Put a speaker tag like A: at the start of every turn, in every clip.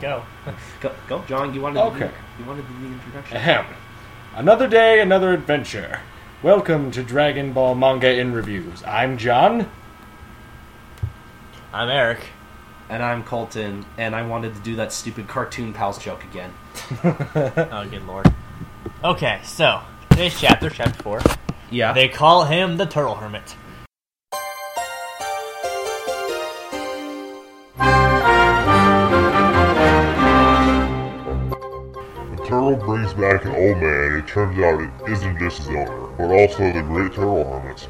A: go, go, go, John. You wanted
B: Okay.
A: the, you wanted the introduction.
B: Ahem. Another day, another adventure. Welcome to Dragon Ball Manga in Reviews. I'm John.
C: I'm Eric.
A: And I'm Colton, and I wanted to do that stupid cartoon pals joke again.
C: Oh, good lord. Okay, so today's chapter, chapter four.
A: Yeah.
C: They call him the Turtle Hermit.
D: The turtle brings back an old man, it turns out it isn't just his owner, but also the great turtle hermit.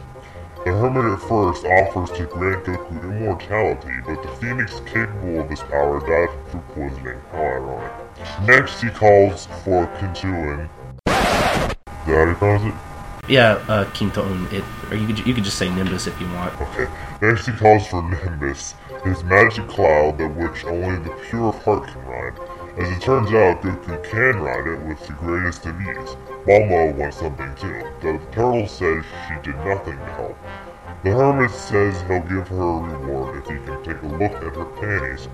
D: The hermit at first offers to grant Goku immortality, but the phoenix capable of this power died through poisoning. How ironic. Next, he calls for Kinsuin. Is that how he calls it?
A: Yeah, uh, Kintoon. It, or you could you could just say Nimbus if you want.
D: Okay. Next, he calls for Nimbus, his magic cloud that which only the pure of heart can ride. As it turns out, Goku can ride it with the greatest of ease. Momo wants something too. The turtle says she did nothing to help. The hermit says he'll give her a reward if he can take a look at her panties.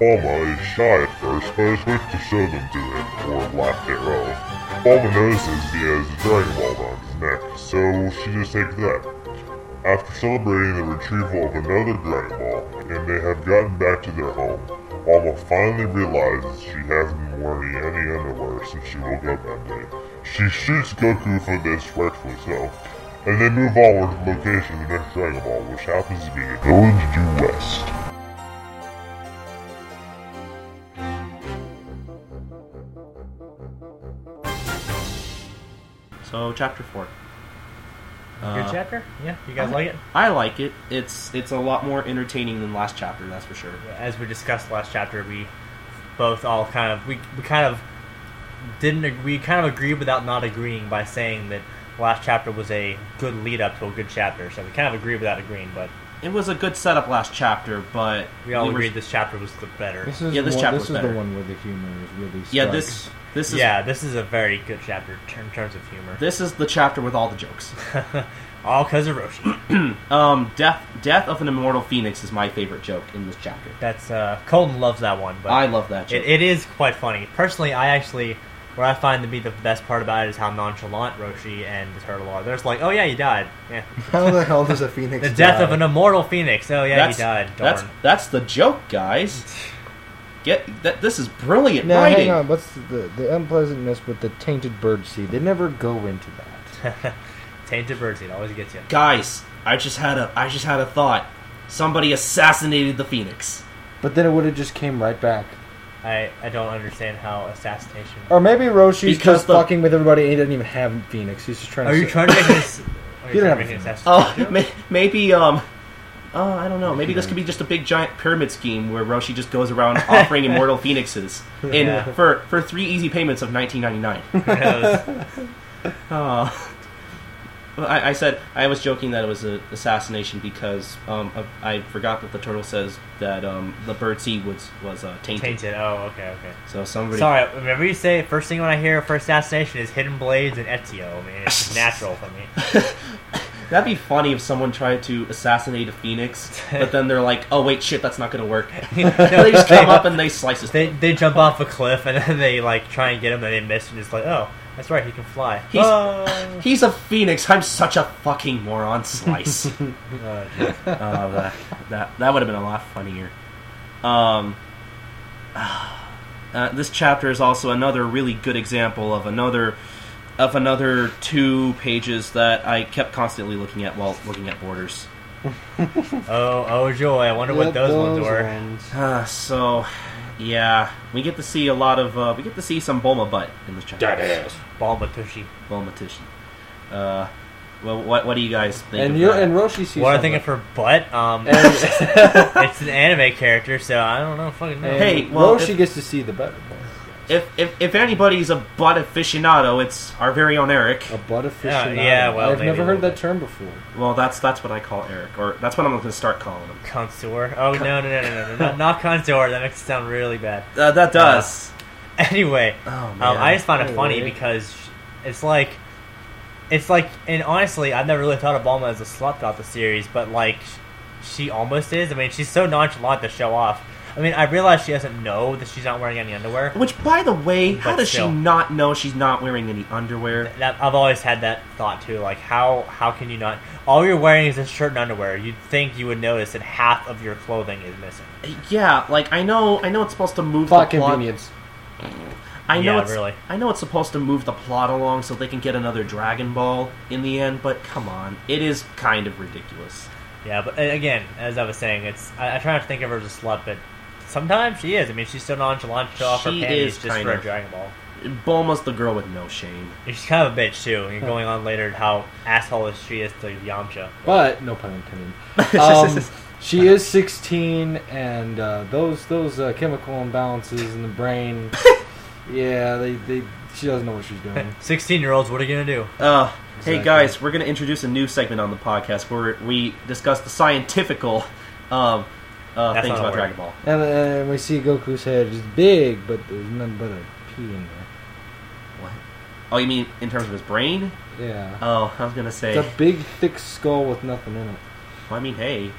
D: Bulma is shy at first, but is quick to show them to him, or lack thereof. Bulma notices he has a Dragon Ball around his neck, so she just takes that. After celebrating the retrieval of another Dragon Ball, and they have gotten back to their home, Alma finally realizes she hasn't worn any underwear since she woke up that day. She shoots Goku for this, rightfully so, and they move onward to the location of the next Dragon Ball, which happens to be the Village Due West.
A: So chapter four.
C: Good
A: Uh,
C: chapter? Yeah, you guys like it?
A: I like it. It's it's a lot more entertaining than last chapter. That's for sure.
C: As we discussed last chapter, we both all kind of we, we kind of didn't ag- we kind of agreed without not agreeing by saying that last chapter was a good lead up to a good chapter. So we kind of agreed without agreeing, but
A: It was a good setup last chapter, but
C: we all
A: were-
C: agreed this chapter was the better.
B: is
A: Yeah, this
B: one,
A: chapter
B: this is
A: was better.
B: the one where the humor is really.
A: Yeah,
B: struck.
A: this this is
C: Yeah, this is a very good chapter ter- in terms of humor.
A: this is the chapter with all the jokes.
C: All because of Roshi.
A: Um, death death of an immortal phoenix is my favorite joke in this chapter.
C: That's uh, Colton loves that one, but
A: I love that joke.
C: It, it is quite funny. Personally, I actually, what I find to be the best part about it is how nonchalant Roshi and the turtle are. They're just like, oh yeah, he died. Yeah.
B: How the hell does a phoenix?
C: The death of
B: die?
C: an immortal phoenix. Oh yeah,
A: that's,
C: he died. Darn.
A: That's that's the joke, guys. Get that. This is brilliant
B: Now,
A: writing.
B: hang on. What's the the unpleasantness with the tainted bird seed? They never go into that.
C: Tainted birdseed always gets you.
A: Guys, I just had a I just had a thought. Somebody assassinated the phoenix.
B: But then it would have just came right back.
C: I, I don't understand how assassination.
B: Or maybe Roshi's
A: Because
B: just
A: the-
B: fucking with everybody. and He doesn't even have phoenix. He's just trying.
C: Are
B: to
C: you
B: say-
C: trying to make this? Are
B: You
C: you
B: don't
C: trying to
B: have
C: make
B: to-
C: an
A: Oh,
C: assassination? joke?
A: may, maybe um. Oh, I don't know. Maybe this could be just a big giant pyramid scheme where Roshi just goes around offering immortal phoenixes in
C: Yeah.
A: for for three easy payments of 1999.
C: Who knows?
A: Oh. Well, I, I said I was joking that it was an assassination because um, I I forgot that the turtle says that um, the bird seed was was uh, tainted.
C: Tainted. Oh, okay, okay.
A: So somebody.
C: Sorry, whenever you say first thing when I hear for assassination is hidden blades and Ezio. I mean, it's just natural for me.
A: That'd be funny if someone tried to assassinate a phoenix, but then they're like, "Oh wait, shit, that's not gonna work."
C: No,
A: they just come up and they slice his.
C: They, they jump off a cliff and then they like try and get him and they miss and it's like oh that's right he can fly.
A: He's-
C: oh,
A: He's a phoenix. I'm such a fucking moron. Slice.
C: Oh, geez.
A: Oh, that that, that would have been a lot funnier. Um, uh, this chapter is also another really good example of another of another two pages that I kept constantly looking at while looking at borders.
C: oh oh joy! I wonder
B: Yeah,
C: what those, ones were.
B: ones.
A: Uh, so, yeah, we get to see a lot of uh, we get to see some Bulma butt in this chapter.
C: Balmatushi.
A: Bulma Tushy. Uh, well, what what do you guys think?
B: And
A: of
B: you
A: that?
B: and Roshi sees.
C: What I
B: something.
C: think of her butt. Um,
B: And,
C: it's an anime character, so I don't know. Fucking know.
B: and
A: Hey, well,
B: Roshi
A: if-
B: gets to see the better part.
A: if, if if anybody's a butt aficionado, it's our very own Eric.
B: A butt
C: Yeah,
B: aficionado.
C: yeah, well,
B: I've
C: maybe
B: never
C: a
B: heard
C: little
B: that
C: bit.
B: term before.
A: Well, that's that's what I call Eric, or that's what I'm going to start calling him.
C: connoisseur. Oh no no no no no no not, not connoisseur. That makes it sound really bad.
A: Uh, that does.
C: Anyway,
A: oh man,
C: Um, I just found it funny
B: Anyway.
C: because it's like, it's like, and honestly, I've never really thought of Bulma as a slut throughout the series, but like, she almost is. I mean, she's so nonchalant to show off. I mean, I realize she doesn't know that she's not wearing any underwear.
A: Which, by the way, how
C: But
A: does
C: still.
A: she not know she's not wearing any underwear?
C: That, I've always had that thought too. Like, how how can you not? All you're wearing is a shirt and underwear. You'd think you would notice that half of your clothing is missing.
A: Yeah, like I know, I know it's supposed to move
B: Plot
A: the plot.
B: convenience.
A: I know
C: Yeah,
A: it's
C: really.
A: I know it's supposed to move the plot along so they can get another Dragon Ball in the end, but come on, it is kind of ridiculous.
C: Yeah, but uh, again, as I was saying, it's I, I try not to think of her as a slut, but sometimes she is. I mean, she's so nonchalant to show off her
A: She
C: panties
A: is
C: just
A: kind
C: for a
A: of.
C: Dragon Ball.
A: Bulma's the girl with no shame.
C: And she's kind of a bitch too. And going on later how asshole is she is to Yamcha.
B: But no pun intended. Um, she is 16, and uh, those those uh, chemical imbalances in the brain. yeah, they, they she doesn't know what she's doing.
C: Sixteen-year-olds, what are you gonna do?
A: Uh,
B: Exactly.
A: Hey guys, we're going to introduce a new segment on the podcast where we discuss the scientifical um, uh,
C: That's
A: things
C: not a
A: about
C: word.
A: Dragon Ball.
B: And, and we see Goku's head is big, but there's nothing but a pea in there.
A: What? Oh, you mean in terms of his brain?
B: Yeah,
A: Oh, I was going to say.
B: it's a big thick skull with nothing in it.
A: Well, I mean, hey,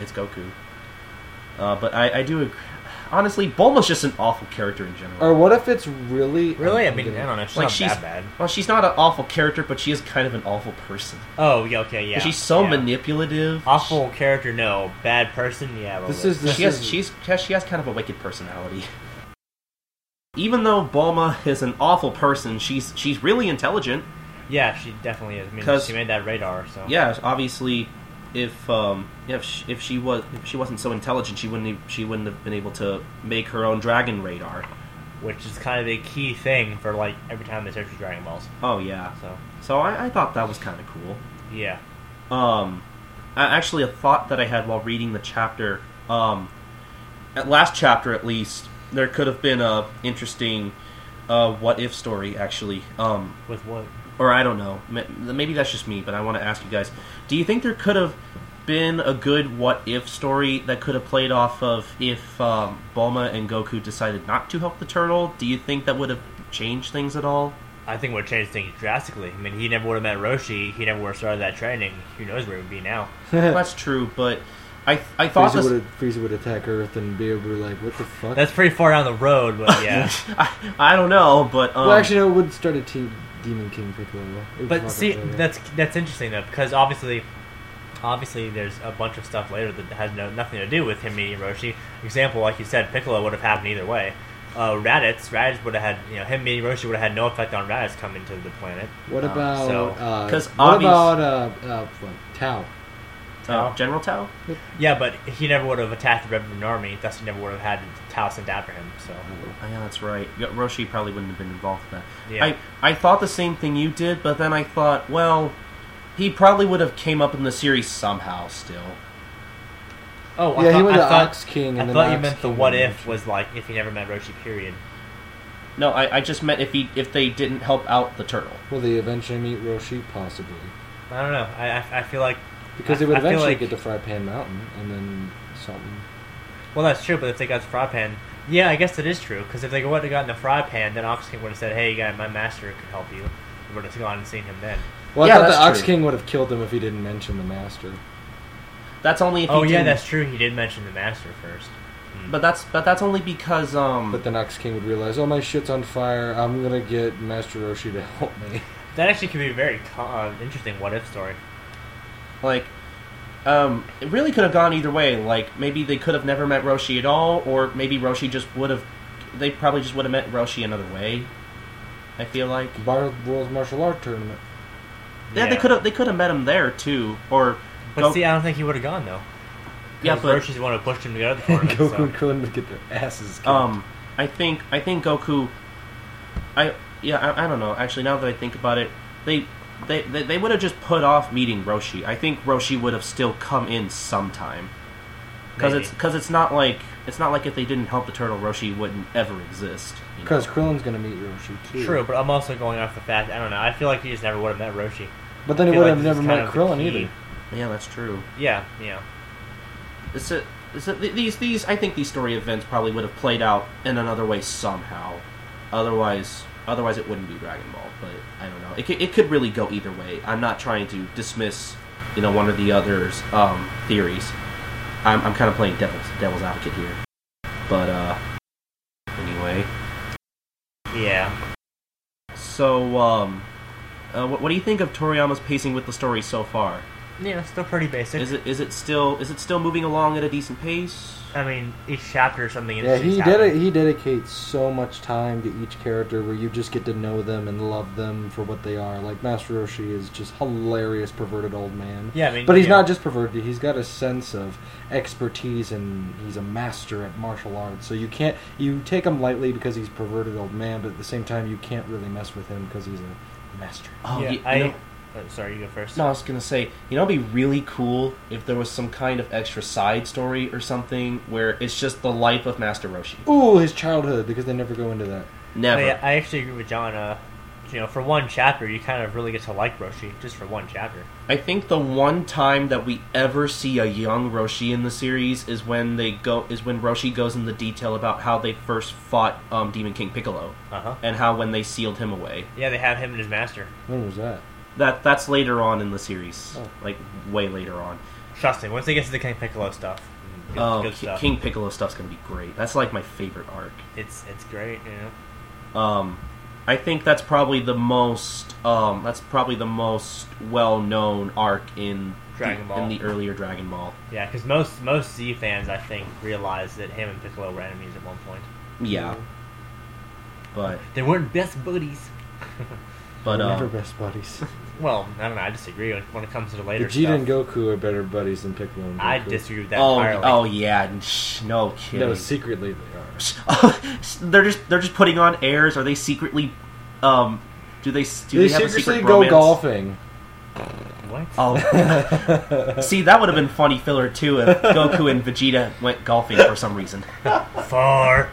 A: it's Goku. Uh, but I, I do. ag- Honestly, Bulma's just an awful character in general.
B: Or what if it's really
C: Really? I mean, I don't know. She's
A: like
C: not
A: she's
C: that bad.
A: well, she's not an awful character, but she is kind of an awful person.
C: Oh, yeah, okay, yeah.
A: she's so
C: yeah.
A: manipulative.
C: Awful character, no. Bad person, yeah. but
B: This
C: what-
B: is this
A: she has
B: is
A: she's she has kind of a wicked personality. Even though Bulma is an awful person, she's she's really intelligent.
C: yeah. She definitely is. I mean,
A: 'Cause-
C: she made that radar, so
A: Yeah, obviously, if um if she, if she was if she wasn't so intelligent, she wouldn't have, she wouldn't have been able to make her own dragon radar.
C: which is kind of a key thing for like every time they search for Dragon Balls.
A: Oh yeah,
C: So
A: so I, I thought that was kind of cool.
C: yeah,
A: um, a- actually a thought that I had while reading the chapter. Um, at last chapter, at least, there could have been a interesting uh, what if story. Actually, um,
C: with what?
A: or I don't know. M- Maybe that's just me, but I want to ask you guys: Do you think there could have been a good what if story that could have played off of if um, Bulma and Goku decided not to help the turtle? Do you think that would have changed things at all?
C: I think would have changed things drastically. I mean, he never would have met Roshi. He never would have started that training. Who knows where he would be now?
A: that's true, but I I thought
B: Frieza
A: this.
B: would, Frieza would attack Earth and be able to like, what the fuck?
C: That's pretty far down the road, but yeah.
A: I, I don't know, but um,
B: well, actually, no, it would start at T Demon King Piccolo. It would
C: But
B: fuck
C: see,
B: up later.
C: that's that's interesting though, because obviously, obviously, there's a bunch of stuff later that has no nothing to do with him meeting Roshi. Example, like you said, Piccolo would have happened either way. Uh, Raditz, Raditz would have had you know him meeting Roshi would have had no effect on Raditz coming to the planet.
B: What
A: um,
B: about
C: so-
B: uh,
A: 'cause
B: what
A: obvious-
B: about uh, uh, what, Tao?
A: Uh, General Tao?
C: Yeah, but he never would have attacked the Rebellion Army. Thus, he never would have had Tao sent after him. So
A: Oh, yeah, that's right. Yeah, Roshi probably wouldn't have been involved in that.
C: Yeah.
A: I, I thought the same thing you did, but then I thought, well, he probably would have came up in the series somehow still.
C: oh,
B: yeah,
C: I thought,
B: he went to
C: I thought,
B: Ox King, and
C: I
B: then
C: thought you
B: Ox
C: meant the
B: King
C: what
B: went
C: if
B: to-
C: was like if he never met Roshi. Period.
A: No, I, I just meant if he if they didn't help out the turtle.
B: Will they eventually meet Roshi? Possibly,
C: I don't know. I I, I feel like
B: because
C: I-
B: they would
C: I feel
B: eventually
C: like-
B: get to Fry Pan Mountain, and then something.
C: Well, that's true, but if they got the fry pan, yeah, I guess it is true. Because if they would have gotten the fry pan, then Ox King would have said, "Hey, guy, my master could help you." We would have gone and seen him then.
B: Well,
A: Yeah,
B: I thought the
A: that's
B: Ox
A: true.
B: King would have killed him if he didn't mention the Master.
A: That's only if
C: oh
A: he
C: yeah,
A: didn't-
C: that's true. He did mention the master first.
A: but that's but that's only because um
B: But then Ox King would realize, oh my shit's on fire. I'm gonna get Master Roshi to help me.
C: That actually could be a very co- uh, interesting what if story.
A: like um it really could have gone either way. Like maybe they could have never met Roshi at all, or maybe Roshi just would have they probably just would have met Roshi another way. I feel like.
B: Bar World Martial Art Tournament.
A: Yeah, they could have they could have met him there too, or
C: But
A: Go-
C: see, I don't think he would have gone though.
A: Yeah,
C: Yeah,
A: but-
C: Roshi's the one who pushed him to go to the tournament.
B: Goku
C: so.
B: and Krillin would get their asses kicked.
A: um, I think I think Goku, I yeah I, I don't know actually now that I think about it they they they, they would have just put off meeting Roshi. I think Roshi would have still come in sometime because
C: Maybe.
A: it's because it's not like it's not like if they didn't help the turtle Roshi wouldn't ever exist. you know?
B: Because Krillin's gonna meet Roshi too.
C: True, but I'm also going off the fact I don't know. I feel like he just never would have met Roshi.
B: But then
C: I
B: he
C: feel
B: would
C: like
B: have
C: this is
B: never
C: kind
B: met
C: of the
B: Krillin
C: key.
B: either.
A: yeah, that's true.
C: Yeah, yeah.
A: It's a, it's a, th- these these I think these story events probably would have played out in another way somehow. Otherwise, otherwise it wouldn't be Dragon Ball. But I don't know. It, c- it could really go either way. I'm not trying to dismiss you know one or the other's um, theories. I'm, I'm kind of playing devil's devil's advocate here. But uh, anyway,
C: Yeah.
A: so um, uh, what, what do you think of Toriyama's pacing with the story so far?
C: Yeah, still pretty basic.
A: Is it is it still is it still moving along at a decent pace?
C: I mean, each chapter something
B: Yeah,
C: interesting.
B: he did it. He dedicates so much time to each character, where you just get to know them and love them for what they are. Like Master Roshi is just hilarious, perverted old man.
C: Yeah, I mean,
B: But he's
C: yeah.
B: not just perverted. He's got a sense of expertise, and he's a master at martial arts. So you can't you take him lightly because he's perverted old man, but at the same time you can't really mess with him because he's a master.
A: Oh,
C: yeah,
A: you- you
C: I.
A: know-
C: oh, sorry, you go first.
A: No, I was gonna say, you know, it'd be really cool if there was some kind of extra side story or something where it's just the life of Master Roshi.
B: Ooh, his childhood because they never go into that.
A: Never.
C: But Oh, yeah, I actually agree with John. Uh, you know, for one chapter, you kind of really get to like Roshi just for one chapter.
A: I think the one time that we ever see a young Roshi in the series is when they go is when Roshi goes into detail about how they first fought um, Demon King Piccolo
C: Uh huh.
A: and how when they sealed him away.
C: Yeah, they have him and his master.
B: When was that?
A: That that's later on in the series,
B: Oh.
A: like way later on.
C: Trust me, once they get to the King Piccolo stuff, it's
A: Oh,
C: good
A: Ki-
C: stuff.
A: King Piccolo stuff's gonna be great. That's like my favorite arc.
C: It's it's great. You know.
A: Um, I think that's probably the most um, that's probably the most well known arc in
C: Dragon
A: the,
C: Ball.
A: in the earlier Dragon Ball.
C: Yeah, because most most Z fans, I think, realize that him and Piccolo were enemies at one point.
A: Yeah, but
C: They weren't best buddies.
A: but
B: They're never
A: um,
B: best buddies.
C: well, I don't know. I disagree when- when it comes to the later
B: Vegeta and
C: stuff.
B: Goku are better buddies than Piccolo and Goku.
C: I disagree with that
A: oh
C: entirely.
A: oh yeah, n- sh- no kidding.
B: No, secretly they are.
A: they're just they're just putting on airs. Are they secretly? Um, do they s- do
B: they,
A: they, have a
B: secretly
A: secret
B: go
A: romance?
B: golfing.
C: What?
A: Oh, see, that would have been funny filler too if Goku and Vegeta went golfing for some reason. Oh.
C: Far.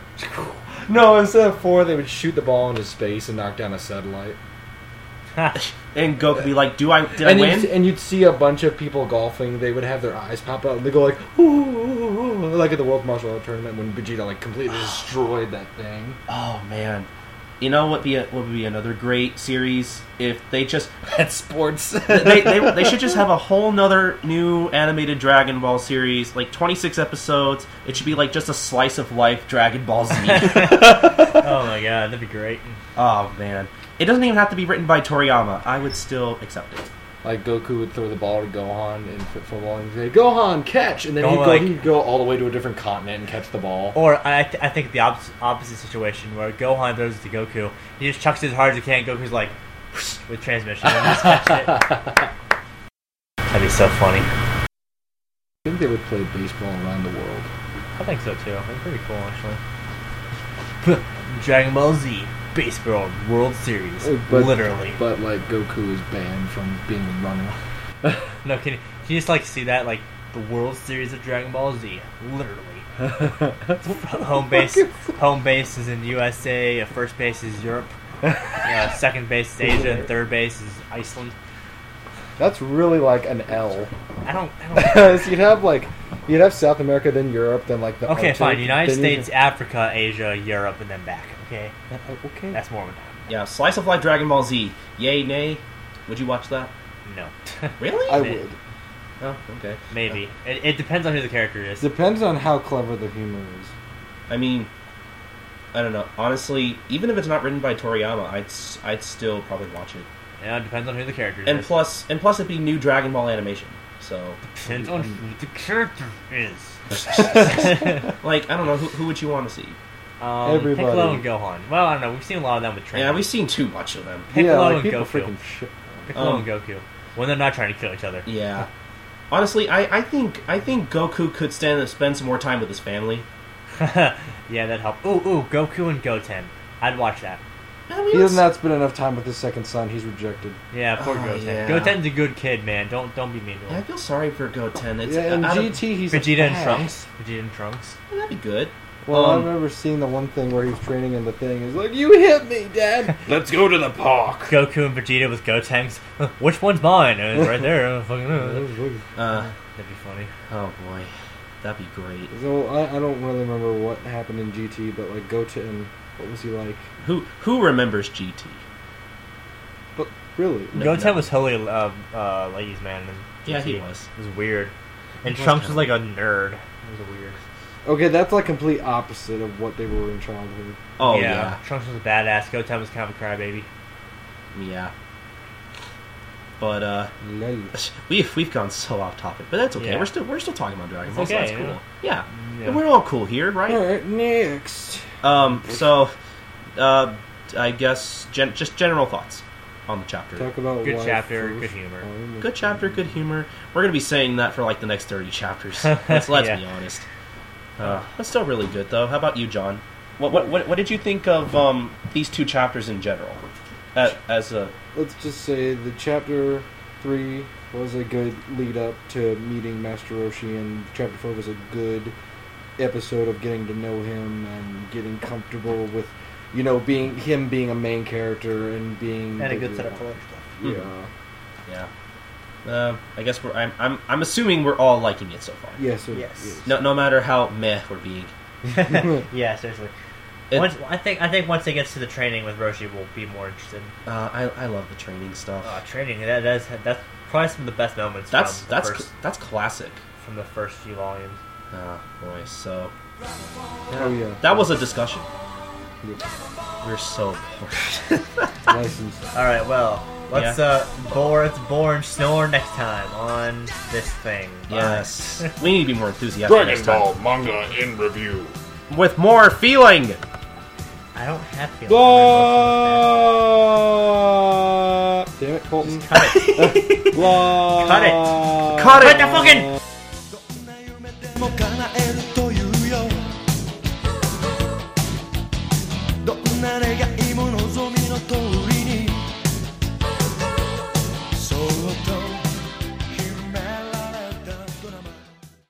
B: no, instead of four, they would shoot the ball into space and knock down a satellite.
A: And Goku be like, "Do I did
B: and
A: I
B: you'd,
A: win?"
B: and you'd see a bunch of people golfing. They would have their eyes pop out and they go like, ooh, ooh, ooh, ooh," like at the World Martial Art Tournament when Vegeta like completely destroyed that thing.
A: Oh man, you know what be a, what would be another great series if they just
B: That's sports.
A: they, they they should just have a whole nother new animated Dragon Ball series, like twenty six episodes. It should be like just a slice of life Dragon Ball Z.
C: oh my god, that'd be great.
A: oh man, it doesn't even have to be written by Toriyama. I would still accept it.
B: like Goku would throw the ball to Gohan in fo- football and say, "Gohan, catch!" And then
C: Go
B: he'd, go,
C: like-
B: he'd go all the way to a different continent and catch the ball.
C: Or I, th- I think the opposite, opposite situation where Gohan throws it to Goku, he just chucks it as hard as he can. Goku's like "Whoosh," with transmission. And just catch it. That'd be so funny.
B: I think they would play baseball around the world.
C: I think so too. That's pretty cool actually. Dragon Ball Z Baseball World Series,
B: But,
C: literally.
B: But like Goku is banned from being a runner.
C: no, can you, can you just like see that like the World Series of Dragon Ball Z, literally. home base, home base is in USA. uh, First base is Europe. Uh, second base is Asia, and third base is Iceland.
B: That's really like an L.
C: I don't. I don't
B: so you'd have like you'd have South America, then Europe, then like the
C: okay,
B: Arctic,
C: fine. United
B: then you'd
C: States, Africa, Asia, Europe, and then back. Okay,
B: have- Uh, okay.
C: that's Mormon.
A: Yeah, slice of life Dragon Ball Z. Yay, nay? Would you watch that?
C: No,
A: Really?
B: I
C: it.
B: would.
A: oh, okay.
C: maybe it, it depends on who the character is.
B: Depends on how clever the humor is.
A: I mean, I don't know. Honestly, even if it's not written by Toriyama, I'd s- I'd still probably watch it.
C: Yeah, it depends on who the character
A: And
C: is.
A: plus, and plus, it'd be new Dragon Ball animation. So,
C: depends on
B: um,
C: who the character is.
A: like, I don't know, who, who would you want to see?
C: um,
B: Everybody.
C: Piccolo and Gohan. Well, I don't know. We've seen a lot of them with Trunks.
A: Yeah, we've seen too much of them.
C: Piccolo
B: yeah, like
C: and
B: people
C: Goku.
B: freaking shit.
C: Piccolo
A: um,
C: and Goku when they're not trying to kill each other.
A: Yeah, honestly, I, I think I think Goku could stand spend some more time with his family.
C: yeah, that helped. Ooh, ooh, Goku and Goten. I'd watch that.
A: Yeah,
B: He has not spent enough time with his second son. He's rejected.
C: Yeah, poor
A: Oh,
C: Goten.
A: yeah.
C: Goten's a good kid, man. Don't don't be mean to
A: I
C: him.
A: feel sorry for Goten. It's,
B: yeah, in
A: I- I don't-
B: GT, he's a
C: Vegeta and
B: bad.
C: Trunks. Vegeta and Trunks.
A: that'd be good.
B: Well,
A: Um,
B: I've never seen the one thing where he's training and the thing is like, "You hit me, Dad." Let's go to the park.
C: Goku and Vegeta with Gotenks. Huh, Which one's mine? Uh, It's right there. Uh, fucking, uh.
B: So
A: Uh,
C: That'd be funny.
A: oh boy, that'd be great.
B: I, I don't really remember what happened in GT, but like Goten, what was he like?
A: Who who remembers GT?
B: But really,
A: No,
C: Goten
A: no.
C: was totally uh, uh, ladies' man. in
A: Yeah, he
C: GT.
A: was.
C: It was weird. And
A: He was
C: Trunks
A: kinda
C: was like a nerd. It was weird.
B: Okay, that's like complete opposite of what they were in childhood.
A: Oh
C: Trunks was a badass. Goten was kind of a crybaby.
A: yeah, yeah. But uh,
B: Lol.
A: we've we've gone so off topic, but that's okay.
C: Yeah.
A: We're still we're still talking about Dragon
C: It's
A: Ball. so
C: okay,
A: that's
C: yeah.
A: cool. Yeah,
C: Yeah.
A: And we're all cool here, right?
B: All right, next.
A: Um, so, uh, I guess gen- just general thoughts on the chapter.
B: Talk about
C: Good
B: life
C: chapter,
B: first.
C: good humor.
B: Um,
A: Good chapter, good humor. We're gonna be saying that for like the next thirty chapters. Let's, let's
C: Yeah.
A: be honest. Uh, that's still really good though. How about you, John? What what what, what did you think of um, these two chapters in general? As, as a
B: Let's just say the chapter three was a good lead up to meeting Master Roshi, and chapter four was a good episode of getting to know him and getting comfortable with, you know, being him being a main character and being
C: And a good set of color stuff.
B: Yeah.
A: yeah, uh, I guess we're I'm, I'm I'm assuming we're all liking it so far.
B: Yes. it-
C: Yes.
A: No no matter how meh we're being.
C: yeah, seriously.
A: It-
C: once, I think I think once it gets to the training with Roshi, we'll be more interested.
A: Uh, I I love the training stuff.
C: Uh, training that that's that's probably some of the best moments.
A: that's
C: from the
A: that's
C: first,
A: cl- that's classic.
C: from the first few volumes.
A: Oh boy, so
B: Oh yeah.
A: that was a discussion.
B: Yeah.
A: We're so bored.
B: Licensed.
C: All right, well, let's uh, bore it's born snore next time on this thing. Bye.
A: yes, we need to be more enthusiastic
E: Dragon
A: next time.
E: Ball manga in review.
A: with more feeling.
C: I don't have feelings.
B: Blah. Damn it, Colton.
C: Cut it.
B: Blah.
C: Cut it.
A: Cut
C: Cut
A: it.
C: the fucking.
F: どんな夢でも叶える